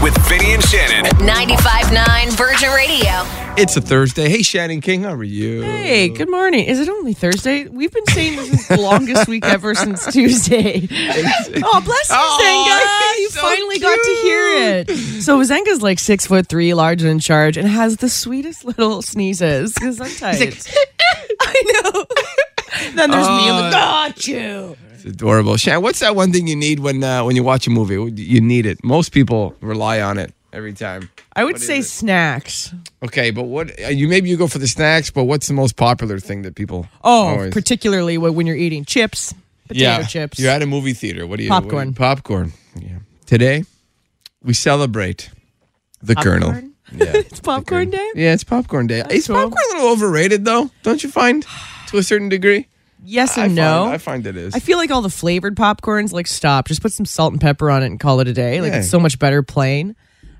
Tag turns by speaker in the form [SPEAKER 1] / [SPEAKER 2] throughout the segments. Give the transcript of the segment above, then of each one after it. [SPEAKER 1] with Vinny and Shannon.
[SPEAKER 2] 95.9 Virgin Radio.
[SPEAKER 3] It's a Thursday. Hey, Shannon King, how are you?
[SPEAKER 4] Hey, good morning. Is it only Thursday? We've been saying this is the longest week ever since Tuesday. oh, bless you,
[SPEAKER 3] Oh,
[SPEAKER 4] Zenga. You
[SPEAKER 3] he's so
[SPEAKER 4] finally got to hear it. So Zenga's like six foot three, large and in charge, and has the sweetest little sneezes. Because I'm tired. I know. then there's
[SPEAKER 3] Oh.
[SPEAKER 4] me. I'm like, got you.
[SPEAKER 3] It's adorable. Shannon, what's that one thing you need when uh, when you watch a movie? You need it. Most people rely on it every time.
[SPEAKER 4] I would
[SPEAKER 3] What is
[SPEAKER 4] say
[SPEAKER 3] it?
[SPEAKER 4] snacks.
[SPEAKER 3] Okay, but what uh, you maybe you go for the snacks, but what's the most popular thing that people?
[SPEAKER 4] Oh,
[SPEAKER 3] always-
[SPEAKER 4] particularly when when you're eating chips, potato chips.
[SPEAKER 3] You're at a movie theater. What do you what do you-
[SPEAKER 4] Popcorn.
[SPEAKER 3] popcorn. Yeah. Today, we celebrate the Colonel.
[SPEAKER 4] Popcorn?
[SPEAKER 3] Yeah.
[SPEAKER 4] It's popcorn day.
[SPEAKER 3] Yeah, it's popcorn day. Is
[SPEAKER 4] cool.
[SPEAKER 3] popcorn a little overrated though? Don't you find? To a certain degree.
[SPEAKER 4] Yes and
[SPEAKER 3] I
[SPEAKER 4] no.
[SPEAKER 3] Find, I find it is.
[SPEAKER 4] I feel like all the flavored popcorns, like stop, just put some salt and pepper on it and call it a day. Like
[SPEAKER 3] Yeah.
[SPEAKER 4] it's so much better plain.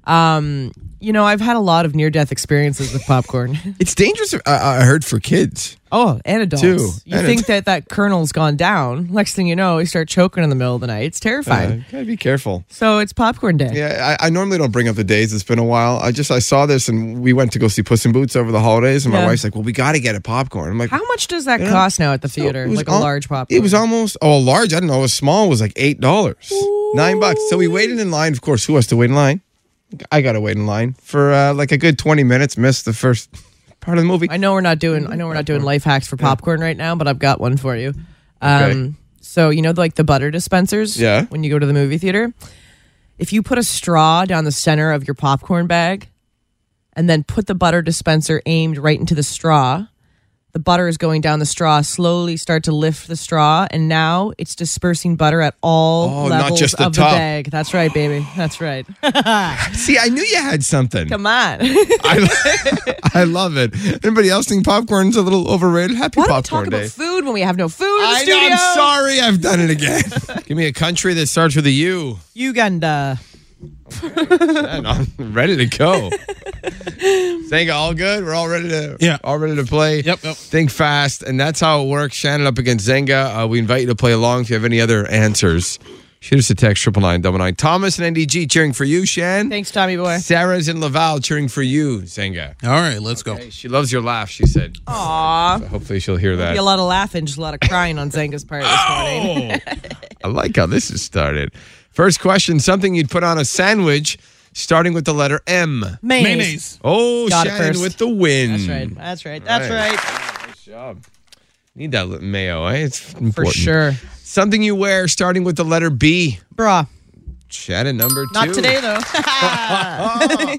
[SPEAKER 4] Um, you know, I've had a lot of near death experiences with popcorn.
[SPEAKER 3] it's dangerous. I, I heard for kids.
[SPEAKER 4] oh, and adults.
[SPEAKER 3] Two.
[SPEAKER 4] You
[SPEAKER 3] And
[SPEAKER 4] think that that kernel's gone down. Next thing you know, you start choking in the middle of the night. It's terrifying.
[SPEAKER 3] Uh, gotta be careful.
[SPEAKER 4] so it's popcorn day.
[SPEAKER 3] Yeah, I, I normally don't bring up the days. It's been a while. I just I saw this and we went to go see Puss in Boots over the holidays, and my
[SPEAKER 4] Yeah.
[SPEAKER 3] wife's like, "Well, we got to get a popcorn." I'm like,
[SPEAKER 4] How much does that
[SPEAKER 3] Yeah.
[SPEAKER 4] cost now at the
[SPEAKER 3] So
[SPEAKER 4] theater?
[SPEAKER 3] it was
[SPEAKER 4] like a
[SPEAKER 3] al-
[SPEAKER 4] large popcorn.
[SPEAKER 3] It was almost oh a large. I don't know. A small was like eight dollars, nine bucks. So we waited in line. Of course, who has to wait in line? I got to wait in line for uh, like a good twenty minutes. Missed the first part of the movie.
[SPEAKER 4] I know we're not doing I know we're not doing life hacks for popcorn right now, but I've got one for you. Um
[SPEAKER 3] Okay.
[SPEAKER 4] so you know like the butter dispensers
[SPEAKER 3] Yeah.
[SPEAKER 4] when you go to the movie theater? If you put a straw down the center of your popcorn bag and then put the butter dispenser aimed right into the straw, the butter is going down the straw, slowly start to lift the straw, and now it's dispersing butter at all
[SPEAKER 3] Oh, not
[SPEAKER 4] levels
[SPEAKER 3] just the
[SPEAKER 4] of
[SPEAKER 3] top.
[SPEAKER 4] the bag. That's right, baby. That's right.
[SPEAKER 3] See, I knew you had something.
[SPEAKER 4] Come on.
[SPEAKER 3] I, I love it. Anybody else think popcorn's a little overrated? Happy
[SPEAKER 4] Why do we talk
[SPEAKER 3] popcorn
[SPEAKER 4] about
[SPEAKER 3] day.
[SPEAKER 4] food when we have no food in the
[SPEAKER 3] I know,
[SPEAKER 4] studio?
[SPEAKER 3] I'm sorry, I've done it again. Give me a country that starts with a U.
[SPEAKER 4] Uganda.
[SPEAKER 3] And I'm ready to go. Think all good. We're all ready to
[SPEAKER 5] Yeah.
[SPEAKER 3] all ready to play.
[SPEAKER 5] Yep, yep.
[SPEAKER 3] Think fast, and that's how it works. Shannon up against Zenga. Uh, we invite you to play along. If you have any other answers, shoot us a text triple nine double nine. Thomas and NDG cheering for you, Shan.
[SPEAKER 4] Thanks, Tommy boy.
[SPEAKER 3] Sarah's in Laval cheering for you, Zenga.
[SPEAKER 5] All right, let's go.
[SPEAKER 3] She loves your laugh. She said.
[SPEAKER 4] Oh. Aw.
[SPEAKER 3] Hopefully, she'll hear that.
[SPEAKER 4] Be a lot of laughing, just a lot of crying on Zenga's part this morning. Oh.
[SPEAKER 3] I like how this has started. First question: Something you'd put on a sandwich, starting with the letter M.
[SPEAKER 4] Mayonnaise.
[SPEAKER 5] Mayonnaise.
[SPEAKER 3] Oh,
[SPEAKER 4] Got it
[SPEAKER 3] Shannon
[SPEAKER 4] first.
[SPEAKER 3] with the win.
[SPEAKER 4] That's right. That's right. That's
[SPEAKER 3] Right.
[SPEAKER 4] right.
[SPEAKER 3] job. Need that li- mayo, eh? It's important.
[SPEAKER 4] For sure.
[SPEAKER 3] Something you wear starting with the letter B.
[SPEAKER 4] Bra.
[SPEAKER 3] Shannon number two.
[SPEAKER 4] Not today, though.
[SPEAKER 3] I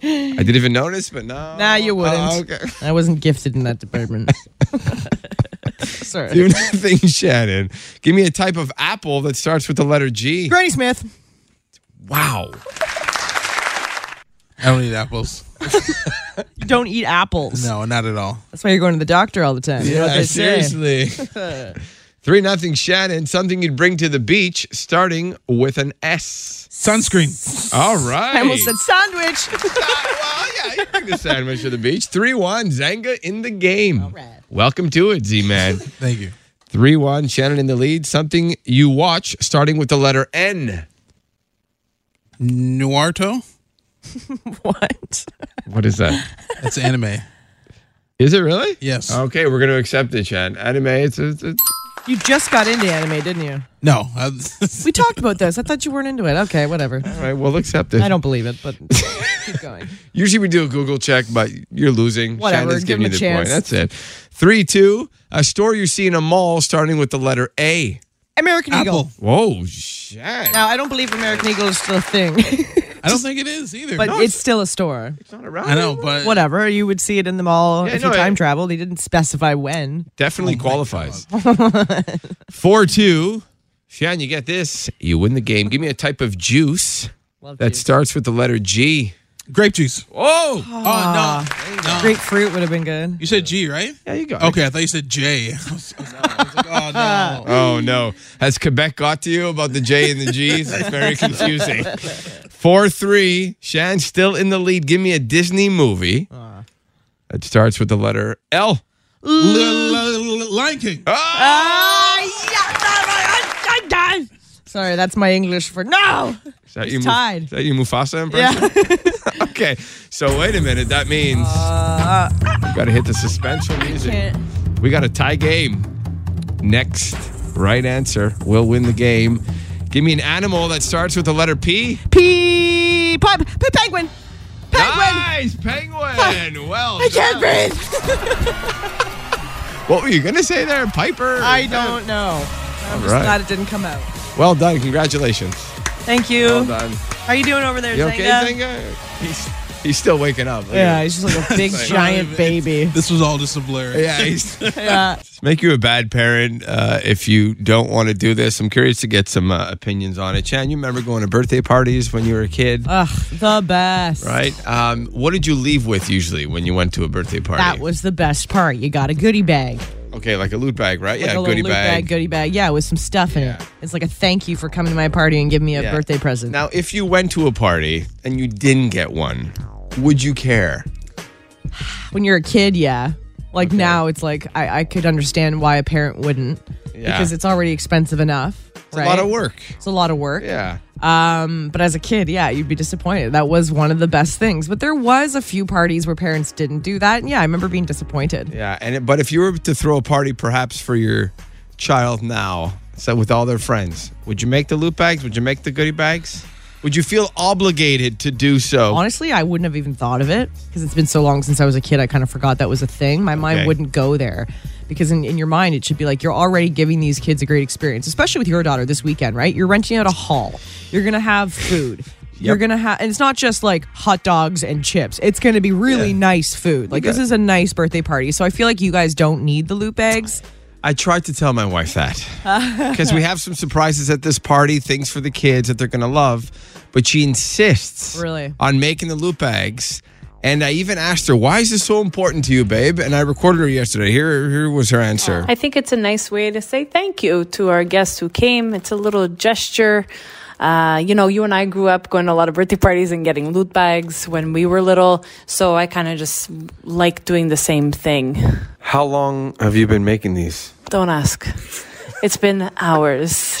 [SPEAKER 3] didn't even notice, but no.
[SPEAKER 4] nah, you wouldn't.
[SPEAKER 3] Oh, okay.
[SPEAKER 4] I wasn't gifted in that department. Sorry.
[SPEAKER 3] Do nothing, Shannon. Give me a type of apple that starts with the letter G.
[SPEAKER 4] Granny Smith.
[SPEAKER 3] Wow.
[SPEAKER 5] I don't eat apples.
[SPEAKER 4] You don't eat apples.
[SPEAKER 5] No, not at all.
[SPEAKER 4] That's why you're going to the doctor all the time. You know what
[SPEAKER 3] Yeah,
[SPEAKER 4] they say.
[SPEAKER 3] seriously. Three nothing, Shannon. Something you'd bring to the beach starting with an S.
[SPEAKER 5] Sunscreen.
[SPEAKER 3] All right.
[SPEAKER 4] I almost said sandwich.
[SPEAKER 3] well, yeah, you bring the sandwich to the beach. 3 1, Zanga in the game. Welcome to it, Z Man.
[SPEAKER 5] Thank you.
[SPEAKER 3] 3 1, Shannon in the lead. Something you watch starting with the letter N.
[SPEAKER 5] Nuarto.
[SPEAKER 4] what?
[SPEAKER 3] What is that?
[SPEAKER 5] That's anime. Oh.
[SPEAKER 3] Is it really?
[SPEAKER 5] Yes.
[SPEAKER 3] Okay, we're going to accept it, Shan. Anime, it's, it's, it's
[SPEAKER 4] You just got into anime, didn't you?
[SPEAKER 5] No. I-
[SPEAKER 4] We talked about this. I thought you weren't into it. Okay, whatever.
[SPEAKER 3] all right, we'll accept it.
[SPEAKER 4] I don't believe it, but keep going.
[SPEAKER 3] Usually we do a Google check, but you're losing.
[SPEAKER 4] Whatever,
[SPEAKER 3] Shannon's
[SPEAKER 4] give
[SPEAKER 3] giving you
[SPEAKER 4] him
[SPEAKER 3] the
[SPEAKER 4] a
[SPEAKER 3] point.
[SPEAKER 4] chance.
[SPEAKER 3] That's it. 3 2, a store you see in a mall starting with the letter A.
[SPEAKER 4] American Eagle.
[SPEAKER 5] Apple.
[SPEAKER 3] Whoa, Shan.
[SPEAKER 4] Now, I don't believe American Eagle is still a thing,
[SPEAKER 5] I don't think it is either.
[SPEAKER 4] but it's still a store.
[SPEAKER 3] it's not around.
[SPEAKER 5] I know, but
[SPEAKER 4] Whatever. You would see it in the mall
[SPEAKER 3] Yeah,
[SPEAKER 4] if
[SPEAKER 3] no,
[SPEAKER 4] you
[SPEAKER 3] I-
[SPEAKER 4] time traveled. He didn't specify when.
[SPEAKER 3] Definitely
[SPEAKER 5] Oh
[SPEAKER 3] qualifies. 4 2. Shan, you get this. You win the game. Give me a type of juice
[SPEAKER 4] Love
[SPEAKER 3] that
[SPEAKER 4] juice.
[SPEAKER 3] starts with the letter G.
[SPEAKER 5] grape juice.
[SPEAKER 3] Oh!
[SPEAKER 5] Oh no. no.
[SPEAKER 4] Grapefruit would have been good.
[SPEAKER 5] You said G, right?
[SPEAKER 3] There you go.
[SPEAKER 5] Okay, I thought you said J. I was- I was like, oh no.
[SPEAKER 3] Oh, no. Has Quebec got to you about the J and the G's? It's very confusing. 4 3. Shan, still in the lead. Give me a Disney movie
[SPEAKER 4] Uh.
[SPEAKER 3] that starts with the letter L.
[SPEAKER 5] Oh. L- L- L- Lion King.
[SPEAKER 3] Ah!
[SPEAKER 4] I, I, I, I, Sorry, that's my English for no.
[SPEAKER 3] Is that you? Mu-
[SPEAKER 4] tied.
[SPEAKER 3] Is that you, Mufasa impression?
[SPEAKER 4] Yeah.
[SPEAKER 3] Okay. So wait a minute. That means
[SPEAKER 4] Uh.
[SPEAKER 3] you got to hit the suspension music. We got a tie game. Next right answer will win the game. Give me an animal that starts with the letter P.
[SPEAKER 4] Pee, pi- pe- penguin. Penguin.
[SPEAKER 3] Nice, penguin. Well,
[SPEAKER 4] I
[SPEAKER 3] done.
[SPEAKER 4] can't breathe.
[SPEAKER 3] What were you gonna say there, Piper?
[SPEAKER 4] I don't know. I'm just
[SPEAKER 3] right.
[SPEAKER 4] glad it didn't come out.
[SPEAKER 3] Well done. Congratulations.
[SPEAKER 4] Thank you.
[SPEAKER 3] Well done.
[SPEAKER 4] How you doing over there,
[SPEAKER 3] You
[SPEAKER 4] Zanga?
[SPEAKER 3] okay, Zenga? He's he's still waking up. Look at
[SPEAKER 4] uh, Yeah,
[SPEAKER 3] him.
[SPEAKER 4] he's just like a big giant baby.
[SPEAKER 5] This was all just a blur.
[SPEAKER 3] Yeah. He's,
[SPEAKER 4] Yeah.
[SPEAKER 3] make you a bad parent uh, if you don't want to do this. I'm curious to get some uh, opinions on it. Chan, you remember going to birthday parties when you were a kid,
[SPEAKER 4] Ugh, the best.
[SPEAKER 3] right? Um, what did you leave with usually when you went to a birthday party?
[SPEAKER 4] That was the best part. You got a goodie bag.
[SPEAKER 3] okay, like a loot bag, right?
[SPEAKER 4] Like
[SPEAKER 3] yeah,
[SPEAKER 4] a little
[SPEAKER 3] goodie
[SPEAKER 4] loot bag. goodie bag. Yeah, with some stuff in
[SPEAKER 3] Yeah.
[SPEAKER 4] it. It's like a thank you for coming to my party and giving me a
[SPEAKER 3] Yeah.
[SPEAKER 4] birthday present.
[SPEAKER 3] Now, if you went to a party and you didn't get one, would you care?
[SPEAKER 4] when you're a kid, yeah. Like now, it's like I, I could understand why a parent wouldn't
[SPEAKER 3] Yeah.
[SPEAKER 4] because it's already expensive enough.
[SPEAKER 3] It's
[SPEAKER 4] right?
[SPEAKER 3] a lot of work.
[SPEAKER 4] It's a lot of work.
[SPEAKER 3] Yeah.
[SPEAKER 4] Um, but as a kid, yeah, you'd be disappointed. That was one of the best things. But there was a few parties where parents didn't do that. And yeah, I remember being disappointed.
[SPEAKER 3] Yeah, and it, but if you were to throw a party, perhaps for your child now, so with all their friends, would you make the loot bags? Would you make the goodie bags? Would you feel obligated to do so?
[SPEAKER 4] Honestly, I wouldn't have even thought of it because it's been so long since I was a kid. I kind of forgot that was a thing. My
[SPEAKER 3] Okay.
[SPEAKER 4] mind wouldn't go there because in, in your mind, it should be like you're already giving these kids a great experience, especially with your daughter this weekend, right? You're renting out a hall, you're going to have food. You're gonna have, and it's not just like hot dogs and chips. It's gonna be really nice food. Like this
[SPEAKER 3] got-
[SPEAKER 4] is a nice birthday party. So I feel like you guys don't need the loot bags.
[SPEAKER 3] I tried to tell my wife that because we have some surprises at this party, things for the kids that they're gonna love, but she insists
[SPEAKER 4] Really?
[SPEAKER 3] on making the loot bags. And I even asked her, "Why is this so important to you, babe?" And I recorded her yesterday. Here, here was her answer.
[SPEAKER 4] Oh.
[SPEAKER 1] I think it's a nice way to say thank you to our guests who came. It's a little gesture. Uh, you know, you and I grew up going to a lot of birthday parties and getting loot bags when we were little. So I kind of just like doing the same thing.
[SPEAKER 3] How long have you been making these?
[SPEAKER 1] Don't ask. It's been hours.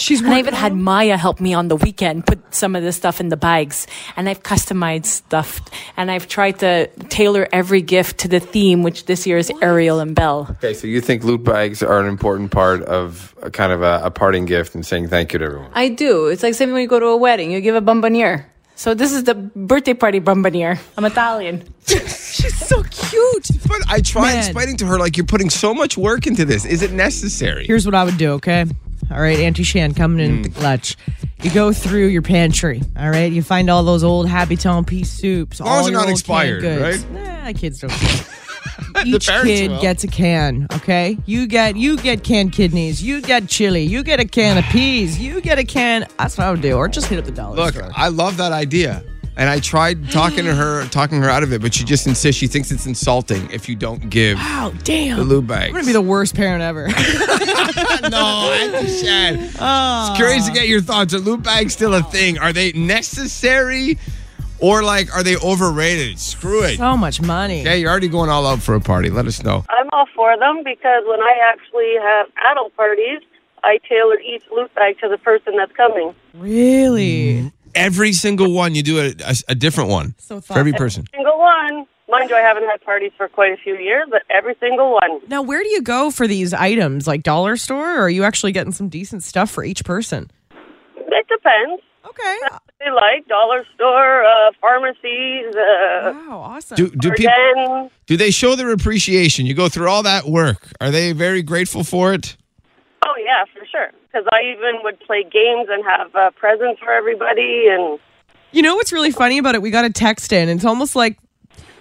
[SPEAKER 4] She's
[SPEAKER 1] and I
[SPEAKER 4] working
[SPEAKER 1] even had Maya help me on the weekend put some of this stuff in the bags. And I've customized stuff. And I've tried to tailor every gift to the theme, which this year is Ariel and Belle.
[SPEAKER 6] Okay, so you think loot bags are an important part of a kind of a, a parting gift and saying thank you to everyone?
[SPEAKER 1] I do. It's like same when you go to a wedding, you give a bonboniere. So this is the birthday party bonboniere. I'm Italian.
[SPEAKER 4] She's so cute.
[SPEAKER 3] But I try
[SPEAKER 4] Man.
[SPEAKER 3] explaining to her like you're putting so much work into this. Is it necessary?
[SPEAKER 4] Here's what I would do, okay? All right, Auntie Shan coming in
[SPEAKER 3] Mm.
[SPEAKER 4] with the clutch. You go through your pantry, all right? You find all those old Happy Town pea soups.
[SPEAKER 3] long as
[SPEAKER 4] all
[SPEAKER 3] they're
[SPEAKER 4] your
[SPEAKER 3] not
[SPEAKER 4] old canned
[SPEAKER 3] expired,
[SPEAKER 4] goods. Nah, kids don't. care.
[SPEAKER 3] The
[SPEAKER 4] Each
[SPEAKER 3] parents
[SPEAKER 4] kid
[SPEAKER 3] will.
[SPEAKER 4] gets a can, okay? You get you get canned kidneys, you get chili, you get a can of peas, you get a can. That's what I would do, or just hit up the dollar
[SPEAKER 3] Look,
[SPEAKER 4] store.
[SPEAKER 3] I love that idea. And I tried talking to her, talking her out of it, but she just insists. She thinks it's insulting if you don't give
[SPEAKER 4] Oh damn!
[SPEAKER 3] the loot bags.
[SPEAKER 4] I'm gonna be the worst parent ever.
[SPEAKER 3] no, Auntie Shad.
[SPEAKER 4] Oh.
[SPEAKER 3] It's curious to get your thoughts. Are loot bags still a thing? Are they necessary, or like are they overrated? Screw it.
[SPEAKER 4] so much money.
[SPEAKER 3] Okay, you're already going all out for a party. Let us know.
[SPEAKER 7] I'm all for them because when I actually have adult parties, I tailor each loot bag to the person that's coming.
[SPEAKER 4] Really?
[SPEAKER 3] Mm-hmm. Every single one, you do a, a, a different one
[SPEAKER 4] So
[SPEAKER 3] for every
[SPEAKER 4] thoughtful.
[SPEAKER 3] person.
[SPEAKER 7] Single one. Mind you, I haven't had parties for quite a few years, but every single one.
[SPEAKER 4] Now, where do you go for these items? Like dollar store, or are you actually getting some decent stuff for each person?
[SPEAKER 7] It depends.
[SPEAKER 4] Okay. Uh,
[SPEAKER 7] They like dollar store, uh, pharmacies, uh,
[SPEAKER 4] Wow, awesome.
[SPEAKER 3] Do do people?
[SPEAKER 7] then
[SPEAKER 3] Do they show their appreciation? You go through all that work. Are they very grateful for it?
[SPEAKER 7] oh yeah, for sure. Because I even would play games and have uh, presents for everybody, and
[SPEAKER 4] You know what's really funny about it? We got a text in. It's almost like,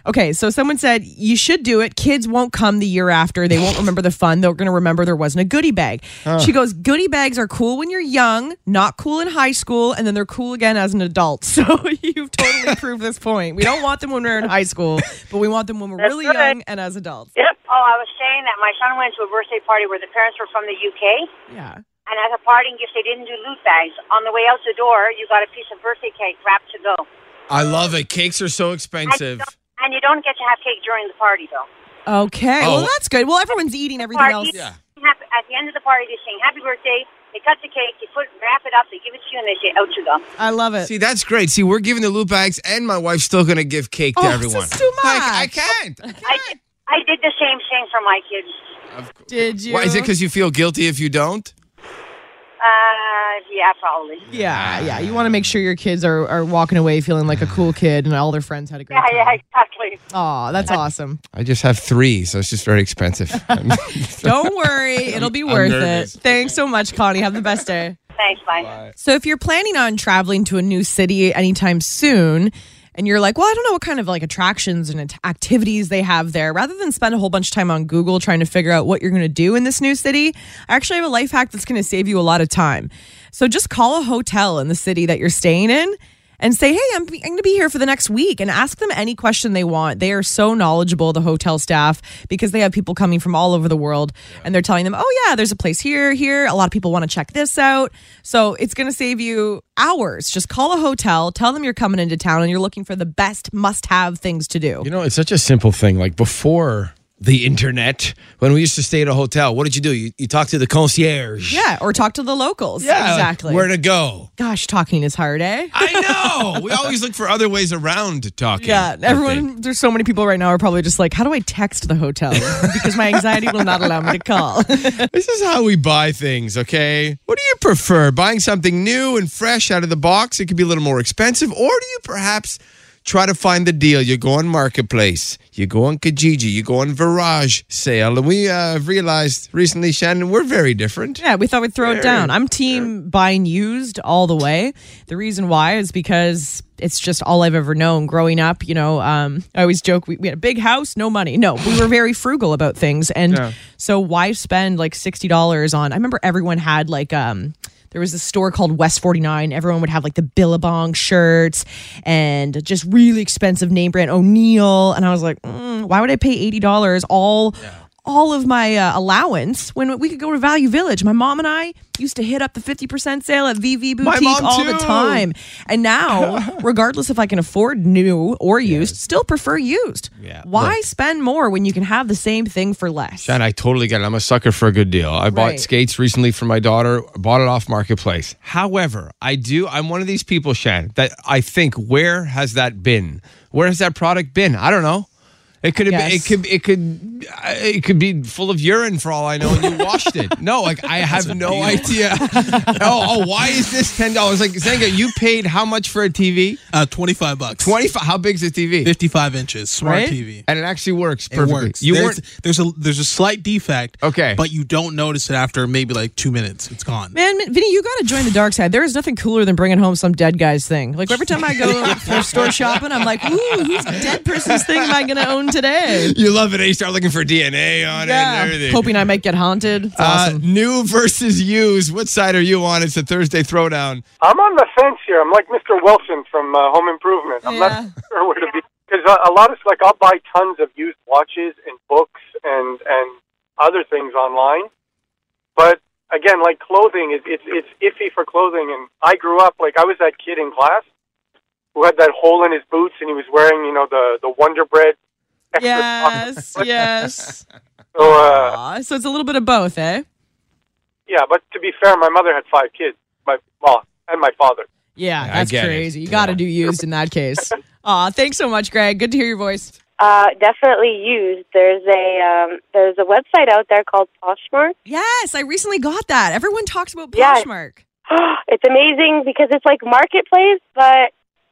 [SPEAKER 4] okay, so someone said, you should do it. Kids won't come the year after. They won't remember the fun. They're going to remember there wasn't a goodie bag. She goes, goodie bags are cool when you're young, not cool in high school, and then they're cool again as an adult. So you've totally proved this point. We don't want them when we're in high school, but we want them when we're
[SPEAKER 7] That's
[SPEAKER 4] really
[SPEAKER 7] right.
[SPEAKER 4] young and as adults.
[SPEAKER 7] yep.
[SPEAKER 8] Oh, I was saying that my son went to a birthday party where the parents were from the UK,
[SPEAKER 4] Yeah.
[SPEAKER 8] and as a parting gift, they didn't do loot bags. On the way out the door, you got a piece of birthday cake wrapped to go.
[SPEAKER 3] I love it. Cakes are so
[SPEAKER 8] And
[SPEAKER 3] expensive.
[SPEAKER 8] you, don't, and you don't get to have cake during the party, though.
[SPEAKER 4] Okay.
[SPEAKER 3] Oh.
[SPEAKER 4] Well, that's good. Well, everyone's eating everything else.
[SPEAKER 8] Party, happy- At the end of the party, they sing happy birthday. They cut the cake, they put wrap it up, they give it to you, and they say, out you go.
[SPEAKER 4] I love it.
[SPEAKER 3] See, that's great. See, we're giving the loot bags, and my wife's still going to give cake to
[SPEAKER 4] Oh, this is
[SPEAKER 3] everyone.
[SPEAKER 4] too
[SPEAKER 3] Like, I
[SPEAKER 4] much.
[SPEAKER 3] can't. I
[SPEAKER 8] I,
[SPEAKER 3] can't.
[SPEAKER 8] I did the same thing for my kids.
[SPEAKER 4] Did you?
[SPEAKER 3] Why is it? Because you feel guilty if you don't?
[SPEAKER 8] Uh, yeah, probably.
[SPEAKER 4] Yeah,
[SPEAKER 3] Ah.
[SPEAKER 4] yeah. You want to make sure your kids are, are walking away feeling like a cool kid and all their friends had a great
[SPEAKER 8] Yeah, yeah,
[SPEAKER 4] time.
[SPEAKER 8] exactly.
[SPEAKER 4] Aw, that's awesome.
[SPEAKER 3] I just have three, so it's just very expensive.
[SPEAKER 4] Don't worry, it'll be
[SPEAKER 3] I'm
[SPEAKER 4] worth it.
[SPEAKER 3] nervous.
[SPEAKER 4] Thanks so much, Connie. Have the best day.
[SPEAKER 8] Thanks, bye.
[SPEAKER 4] So, if you're planning on traveling to a new city anytime soon, and you're like, well, I don't know what kind of like attractions and at- activities they have there. Rather than spend a whole bunch of time on Google trying to figure out what you're going to do in this new city, I actually have a life hack that's going to save you a lot of time. So just call a hotel in the city that you're staying in and say, hey, I'm, I'm going to be here for the next week and ask them any question they want. They are so knowledgeable, the hotel staff, because they have people coming from all over the world and they're telling them, oh, yeah, there's a place here, here. A lot of people want to check this out. So it's going to save you hours. Just call a hotel, tell them you're coming into town and you're looking for the best must have things to do.
[SPEAKER 3] You know, it's such a simple thing. Like before the internet, when we used to stay at a hotel, what did you do? You, you talked to the concierge.
[SPEAKER 4] Yeah, or talk to the locals.
[SPEAKER 3] like,
[SPEAKER 4] exactly.
[SPEAKER 3] Where to go?
[SPEAKER 4] Gosh, talking is hard, eh?
[SPEAKER 3] I know. we always look for other ways around talking.
[SPEAKER 4] Yeah,
[SPEAKER 3] I think.
[SPEAKER 4] Uh, everyone, there's so many people right now are probably just like, how do I text the hotel? Because my anxiety will not allow me to call.
[SPEAKER 3] This is how we buy things, okay? What do you prefer? Buying something new and fresh out of the box? It could be a little more expensive. Or do you perhaps try to find the deal? You go on Marketplace, you go on Kijiji, you go on Virage sale. And we uh, realized recently, Shannon, we're very different.
[SPEAKER 4] yeah, we thought we'd throw it down. I'm team buying used all the way. The reason why is because it's just all I've ever known growing up. You know, um, I always joke we, we had a big house, no money. No, we were very frugal about things. And so why spend like $60 on, I remember everyone had like, um, there was this store called West 49. Everyone would have like the Billabong shirts and just really expensive name brand O'Neill. And I was like, mm, why would I pay $80 all all of my uh, allowance when we could go to Value Village? My mom and I used to hit up the 50% sale at VV Boutique
[SPEAKER 3] mom
[SPEAKER 4] all the
[SPEAKER 3] too.
[SPEAKER 4] time. And now, regardless if I can afford new or used, still prefer used.
[SPEAKER 3] Yeah.
[SPEAKER 4] Why
[SPEAKER 3] Look.
[SPEAKER 4] spend more when you can have the same thing for less?
[SPEAKER 3] And I totally get it. I'm a sucker for a good deal. I bought
[SPEAKER 4] Right.
[SPEAKER 3] skates recently for my daughter, bought it off Marketplace. However, I do, I'm one of these people, Shannon, that I think, where has that been? Where has that product been? I don't know. It could have
[SPEAKER 4] Yes.
[SPEAKER 3] been, it could, it could, uh, it could be full of urine for all I know, and you washed it. No, like I have no idea. oh, oh, why is this ten dollars? Like Zenga, you paid how much for a TV?
[SPEAKER 5] Uh, 25 bucks.
[SPEAKER 3] Twenty five. How big's the TV?
[SPEAKER 5] 55 inches. Smart
[SPEAKER 4] Right?
[SPEAKER 5] TV.
[SPEAKER 3] And it actually works
[SPEAKER 5] It
[SPEAKER 3] perfectly.
[SPEAKER 5] works.
[SPEAKER 3] You
[SPEAKER 5] there's,
[SPEAKER 3] weren't.
[SPEAKER 5] there's a there's a slight defect.
[SPEAKER 3] Okay.
[SPEAKER 5] But you don't notice it after maybe like two minutes. It's gone.
[SPEAKER 4] Man, Vinny, you got to join the dark side. There is nothing cooler than bringing home some dead guy's thing. Like every time I go for store shopping, I'm like, ooh, whose dead person's thing am I going to own today?
[SPEAKER 3] You love it. eh? You start looking for DNA on it and
[SPEAKER 4] Yeah,
[SPEAKER 3] everything.
[SPEAKER 4] hoping I might get haunted. It's awesome.
[SPEAKER 3] Uh, new versus used. What side are you on? It's a Thursday throwdown.
[SPEAKER 9] I'm on the fence here. I'm like Mr. Wilson from uh, Home Improvement. I'm
[SPEAKER 4] Yeah.
[SPEAKER 9] not sure where to be because a, a lot of like I'll buy tons of used watches and books and and other things online, but again, like clothing, it, it's it's iffy for clothing. And I grew up like I was that kid in class who had that hole in his boots and he was wearing you know the the Wonder Bread. extra
[SPEAKER 4] Yes, yes.
[SPEAKER 9] So uh,
[SPEAKER 4] Aw, so it's a little bit of both, eh?
[SPEAKER 9] yeah, but to be fair, my mother had five kids, my mom and my father.
[SPEAKER 4] Yeah, that's
[SPEAKER 3] get it.
[SPEAKER 4] crazy. You got to do used in that case. Aw, thanks so much, Greg. Good to hear your voice.
[SPEAKER 7] Uh, definitely used. There's a um, there's a website out there called Poshmark.
[SPEAKER 4] Yes, I recently got that. Everyone talks about
[SPEAKER 7] Yeah.
[SPEAKER 4] Poshmark.
[SPEAKER 7] it's amazing because it's like marketplace, but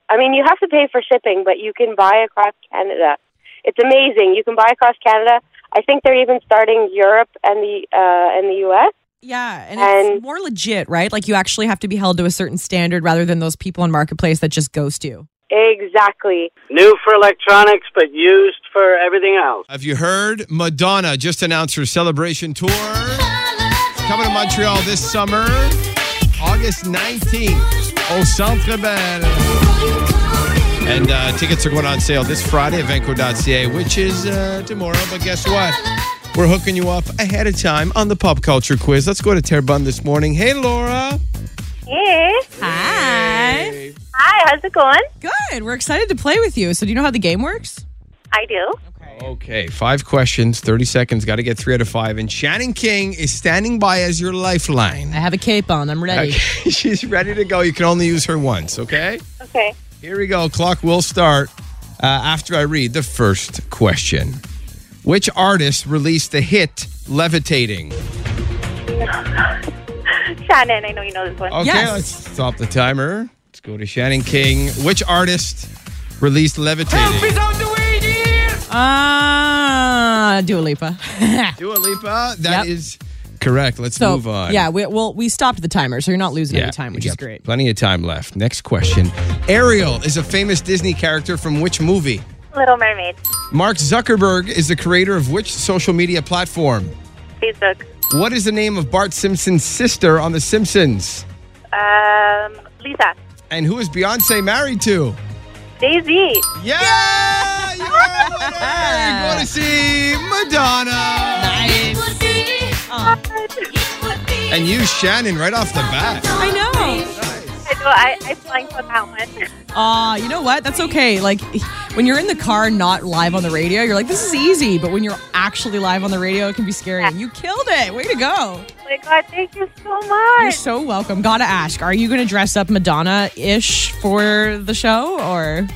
[SPEAKER 7] I mean you have to pay for shipping, but you can buy across Canada. It's amazing. You can buy across Canada. I think they're even starting Europe and the uh, and the U.S.
[SPEAKER 4] Yeah, and it's
[SPEAKER 7] And-
[SPEAKER 4] more legit, right? Like you actually have to be held to a certain standard rather than those people on marketplace that just ghost you.
[SPEAKER 7] Exactly.
[SPEAKER 10] New for electronics, but used for everything else.
[SPEAKER 3] Have you heard? Madonna just announced her celebration tour coming to Montreal this summer, August 19th, au Centre Bell. And uh, tickets are going on sale this Friday at Venco.ca, which is uh, tomorrow. But guess what? We're hooking you up ahead of time on the pop culture quiz. Let's go to Terrebonne this morning. Hey, Laura.
[SPEAKER 7] Hey.
[SPEAKER 4] Hi.
[SPEAKER 7] Hi. How's it going?
[SPEAKER 4] Good. We're excited to play with you. So do you know how the game works?
[SPEAKER 7] I do.
[SPEAKER 4] Okay.
[SPEAKER 3] Okay, five questions, 30 seconds. Got to get three out of five. And Shannon King is standing by as your lifeline.
[SPEAKER 4] I have a cape on. I'm ready.
[SPEAKER 3] Okay, she's ready to go. You can only use her once, okay?
[SPEAKER 7] Okay.
[SPEAKER 3] Here we go. Clock will start uh, after I read the first question. Which artist released the hit Levitating?
[SPEAKER 11] Shannon, I know you know this one.
[SPEAKER 3] Okay, let's stop the timer. Let's go to Shannon King. Which artist released Levitating?
[SPEAKER 4] Ah, Dua Lipa.
[SPEAKER 3] Dua Lipa. That is correct. Let's
[SPEAKER 4] so,
[SPEAKER 3] move on.
[SPEAKER 4] Yeah, we, well, we stopped the timer, so you're not losing any time,
[SPEAKER 3] we
[SPEAKER 4] which is
[SPEAKER 3] got
[SPEAKER 4] great.
[SPEAKER 3] Plenty of time left. Next question. Ariel is a famous Disney character from which movie?
[SPEAKER 11] Little Mermaid,
[SPEAKER 3] Mark Zuckerberg is the creator of which social media platform?
[SPEAKER 11] Facebook,
[SPEAKER 3] What is the name of Bart Simpson's sister on The Simpsons?
[SPEAKER 11] um, Lisa,
[SPEAKER 3] And who is Beyonce married to?
[SPEAKER 11] Daisy.
[SPEAKER 3] Yeah, you are a winner. Go to see Madonna. And you, Shannon, right off the bat.
[SPEAKER 4] I know.
[SPEAKER 11] I know. I, I blanked on that one.
[SPEAKER 4] Uh, you know what? That's okay. Like when you're in the car, not live on the radio, you're like, this is easy. But when you're actually live on the radio, it can be scary. And you killed it. Way to go.
[SPEAKER 11] Oh my God, thank you so much.
[SPEAKER 4] You're so welcome. Gotta ask, are you gonna dress up Madonna ish for the show or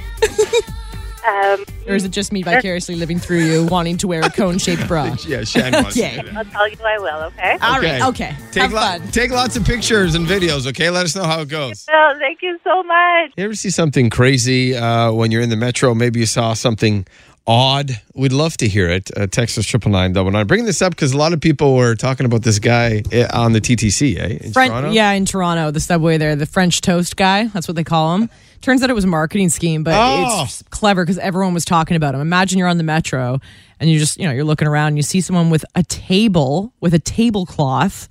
[SPEAKER 11] Um,
[SPEAKER 4] or is it just me vicariously living through you wanting to wear a cone shaped bra?
[SPEAKER 3] Yeah, Shannon wants to
[SPEAKER 4] Okay.
[SPEAKER 3] do that.
[SPEAKER 11] I'll tell you I will, okay?
[SPEAKER 4] All right, okay.
[SPEAKER 3] Take,
[SPEAKER 4] Have
[SPEAKER 3] lo-
[SPEAKER 4] fun.
[SPEAKER 3] take lots of pictures and videos, okay? Let us know how it goes.
[SPEAKER 11] Well, thank you so much.
[SPEAKER 3] You ever see something crazy uh, when you're in the metro? Maybe you saw something odd. We'd love to hear it. Uh, Texas triple nine double nine. Bringing this up because a lot of people were talking about this guy eh, on the TTC, eh? In
[SPEAKER 4] French,
[SPEAKER 3] Toronto.
[SPEAKER 4] yeah, in Toronto, the subway there, the French toast guy, that's what they call him. Turns out it was a marketing scheme, but
[SPEAKER 3] Oh.
[SPEAKER 4] it's clever because everyone was talking about him. Imagine you're on the metro and you just, you know, you're looking around and you see someone with a table, with a tablecloth,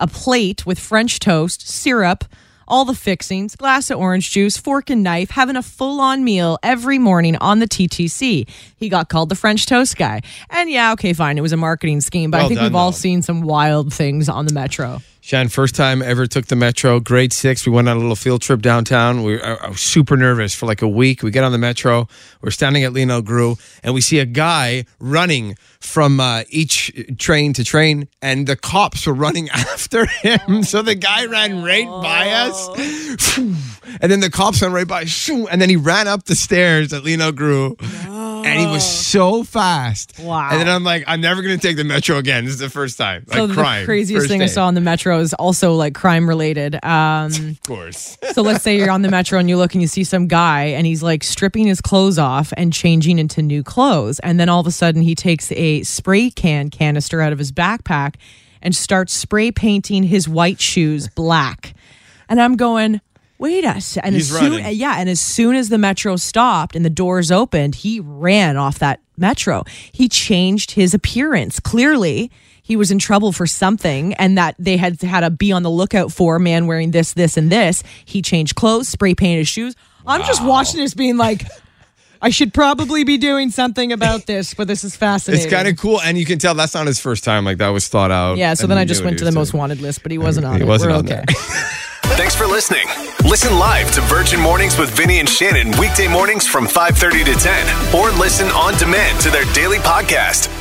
[SPEAKER 4] a plate with French toast, syrup, all the fixings, glass of orange juice, fork and knife, having a full on meal every morning on the TTC. He got called the French toast guy. And yeah, okay, fine. It was a marketing scheme, but
[SPEAKER 3] Well
[SPEAKER 4] I think
[SPEAKER 3] done,
[SPEAKER 4] we've all
[SPEAKER 3] though.
[SPEAKER 4] seen some wild things on the metro.
[SPEAKER 3] Shan, first time ever took the metro, grade six. We went on a little field trip downtown. We I, I was super nervous for like a week. We get on the metro. We're standing at Lino Grew, and we see a guy running from uh, each train to train, and the cops were running after
[SPEAKER 4] Oh
[SPEAKER 3] him. So the guy ran right by us, and then the cops went right by, shoo, and then he ran up the stairs at Lino Grew. And he was so fast.
[SPEAKER 4] Wow.
[SPEAKER 3] And then I'm like, I'm never going to take the metro again. This is the first time.
[SPEAKER 4] So
[SPEAKER 3] like,
[SPEAKER 4] the
[SPEAKER 3] crying.
[SPEAKER 4] craziest
[SPEAKER 3] First
[SPEAKER 4] thing I
[SPEAKER 3] day.
[SPEAKER 4] saw on the metro is also like crime related. Um,
[SPEAKER 3] Of course.
[SPEAKER 4] so let's say you're on the metro and you look and you see some guy and he's like stripping his clothes off and changing into new clothes, and then all of a sudden he takes a spray can canister out of his backpack and starts spray painting his white shoes black. And I'm going, wait a second. And
[SPEAKER 3] He's
[SPEAKER 4] as soon,
[SPEAKER 3] running.
[SPEAKER 4] yeah, and as soon as the metro stopped and the doors opened, he ran off that metro. He changed his appearance. Clearly, he was in trouble for something, and that they had had a be on the lookout for a man wearing this, this, and this. He changed clothes, spray painted his shoes. I'm just watching this, being like. I should probably be doing something about this, but this is fascinating.
[SPEAKER 3] It's kind of cool, and you can tell that's not his first time. Like that was thought out.
[SPEAKER 4] yeah. So
[SPEAKER 3] and
[SPEAKER 4] then
[SPEAKER 3] he
[SPEAKER 4] I
[SPEAKER 3] knew
[SPEAKER 4] just
[SPEAKER 3] what
[SPEAKER 4] went
[SPEAKER 3] he
[SPEAKER 4] to the
[SPEAKER 3] was
[SPEAKER 4] most
[SPEAKER 3] doing.
[SPEAKER 4] wanted list, but he wasn't on
[SPEAKER 3] He
[SPEAKER 4] it.
[SPEAKER 3] wasn't
[SPEAKER 4] We're
[SPEAKER 3] on
[SPEAKER 4] okay.
[SPEAKER 3] there.
[SPEAKER 12] Thanks for listening. Listen live to Virgin Mornings with Vinny and Shannon weekday mornings from 5:30 to 10 or listen on demand to their daily podcast.